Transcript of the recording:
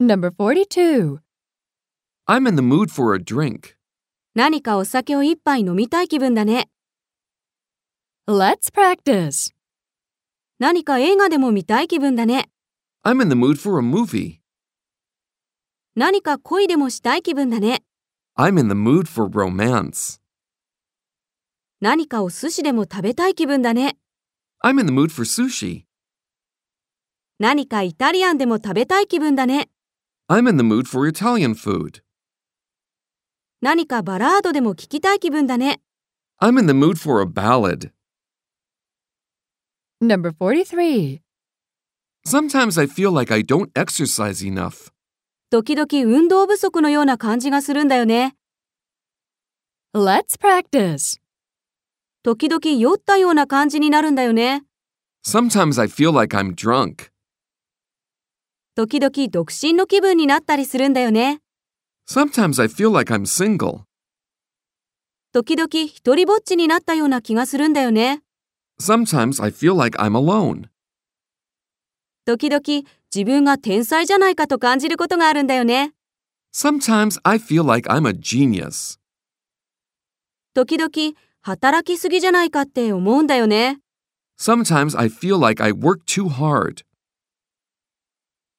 Number 42. I'm in the mood for a drink. 何かお酒を一杯飲みたい気分だね。 Let's practice. 何か映画でも見たい気分だね。 I'm in the mood for a movie. 何か恋でもしたい気分だね。 I'm in the mood for romance. 何かお寿司でも食べたい気分だね。 I'm in the mood for sushi. 何かイタリアンでも食べたい気分だね。 I'm in the mood for Italian food. 何かバラードでも聞きたい気分だね。 I'm in the mood for a ballad. Number 43. Sometimes I feel like I don't exercise enough. 時々運動不足のような感じがするんだよね。 Let's practice. 時々酔ったような感じになるんだよね。 Sometimes I feel like I'm drunk. 時々独身の気分になったりするんだよね。 Sometimes I feel like I'm single. 時々一人ぼっちになったような気がするんだよね。 Sometimes I feel like I'm alone. 時々自分が天才じゃないかと感じることがあるんだよね。 Sometimes I feel like I'm a genius. 時々働きすぎじゃないかって思うんだよね。 Sometimes I feel like I work too hard.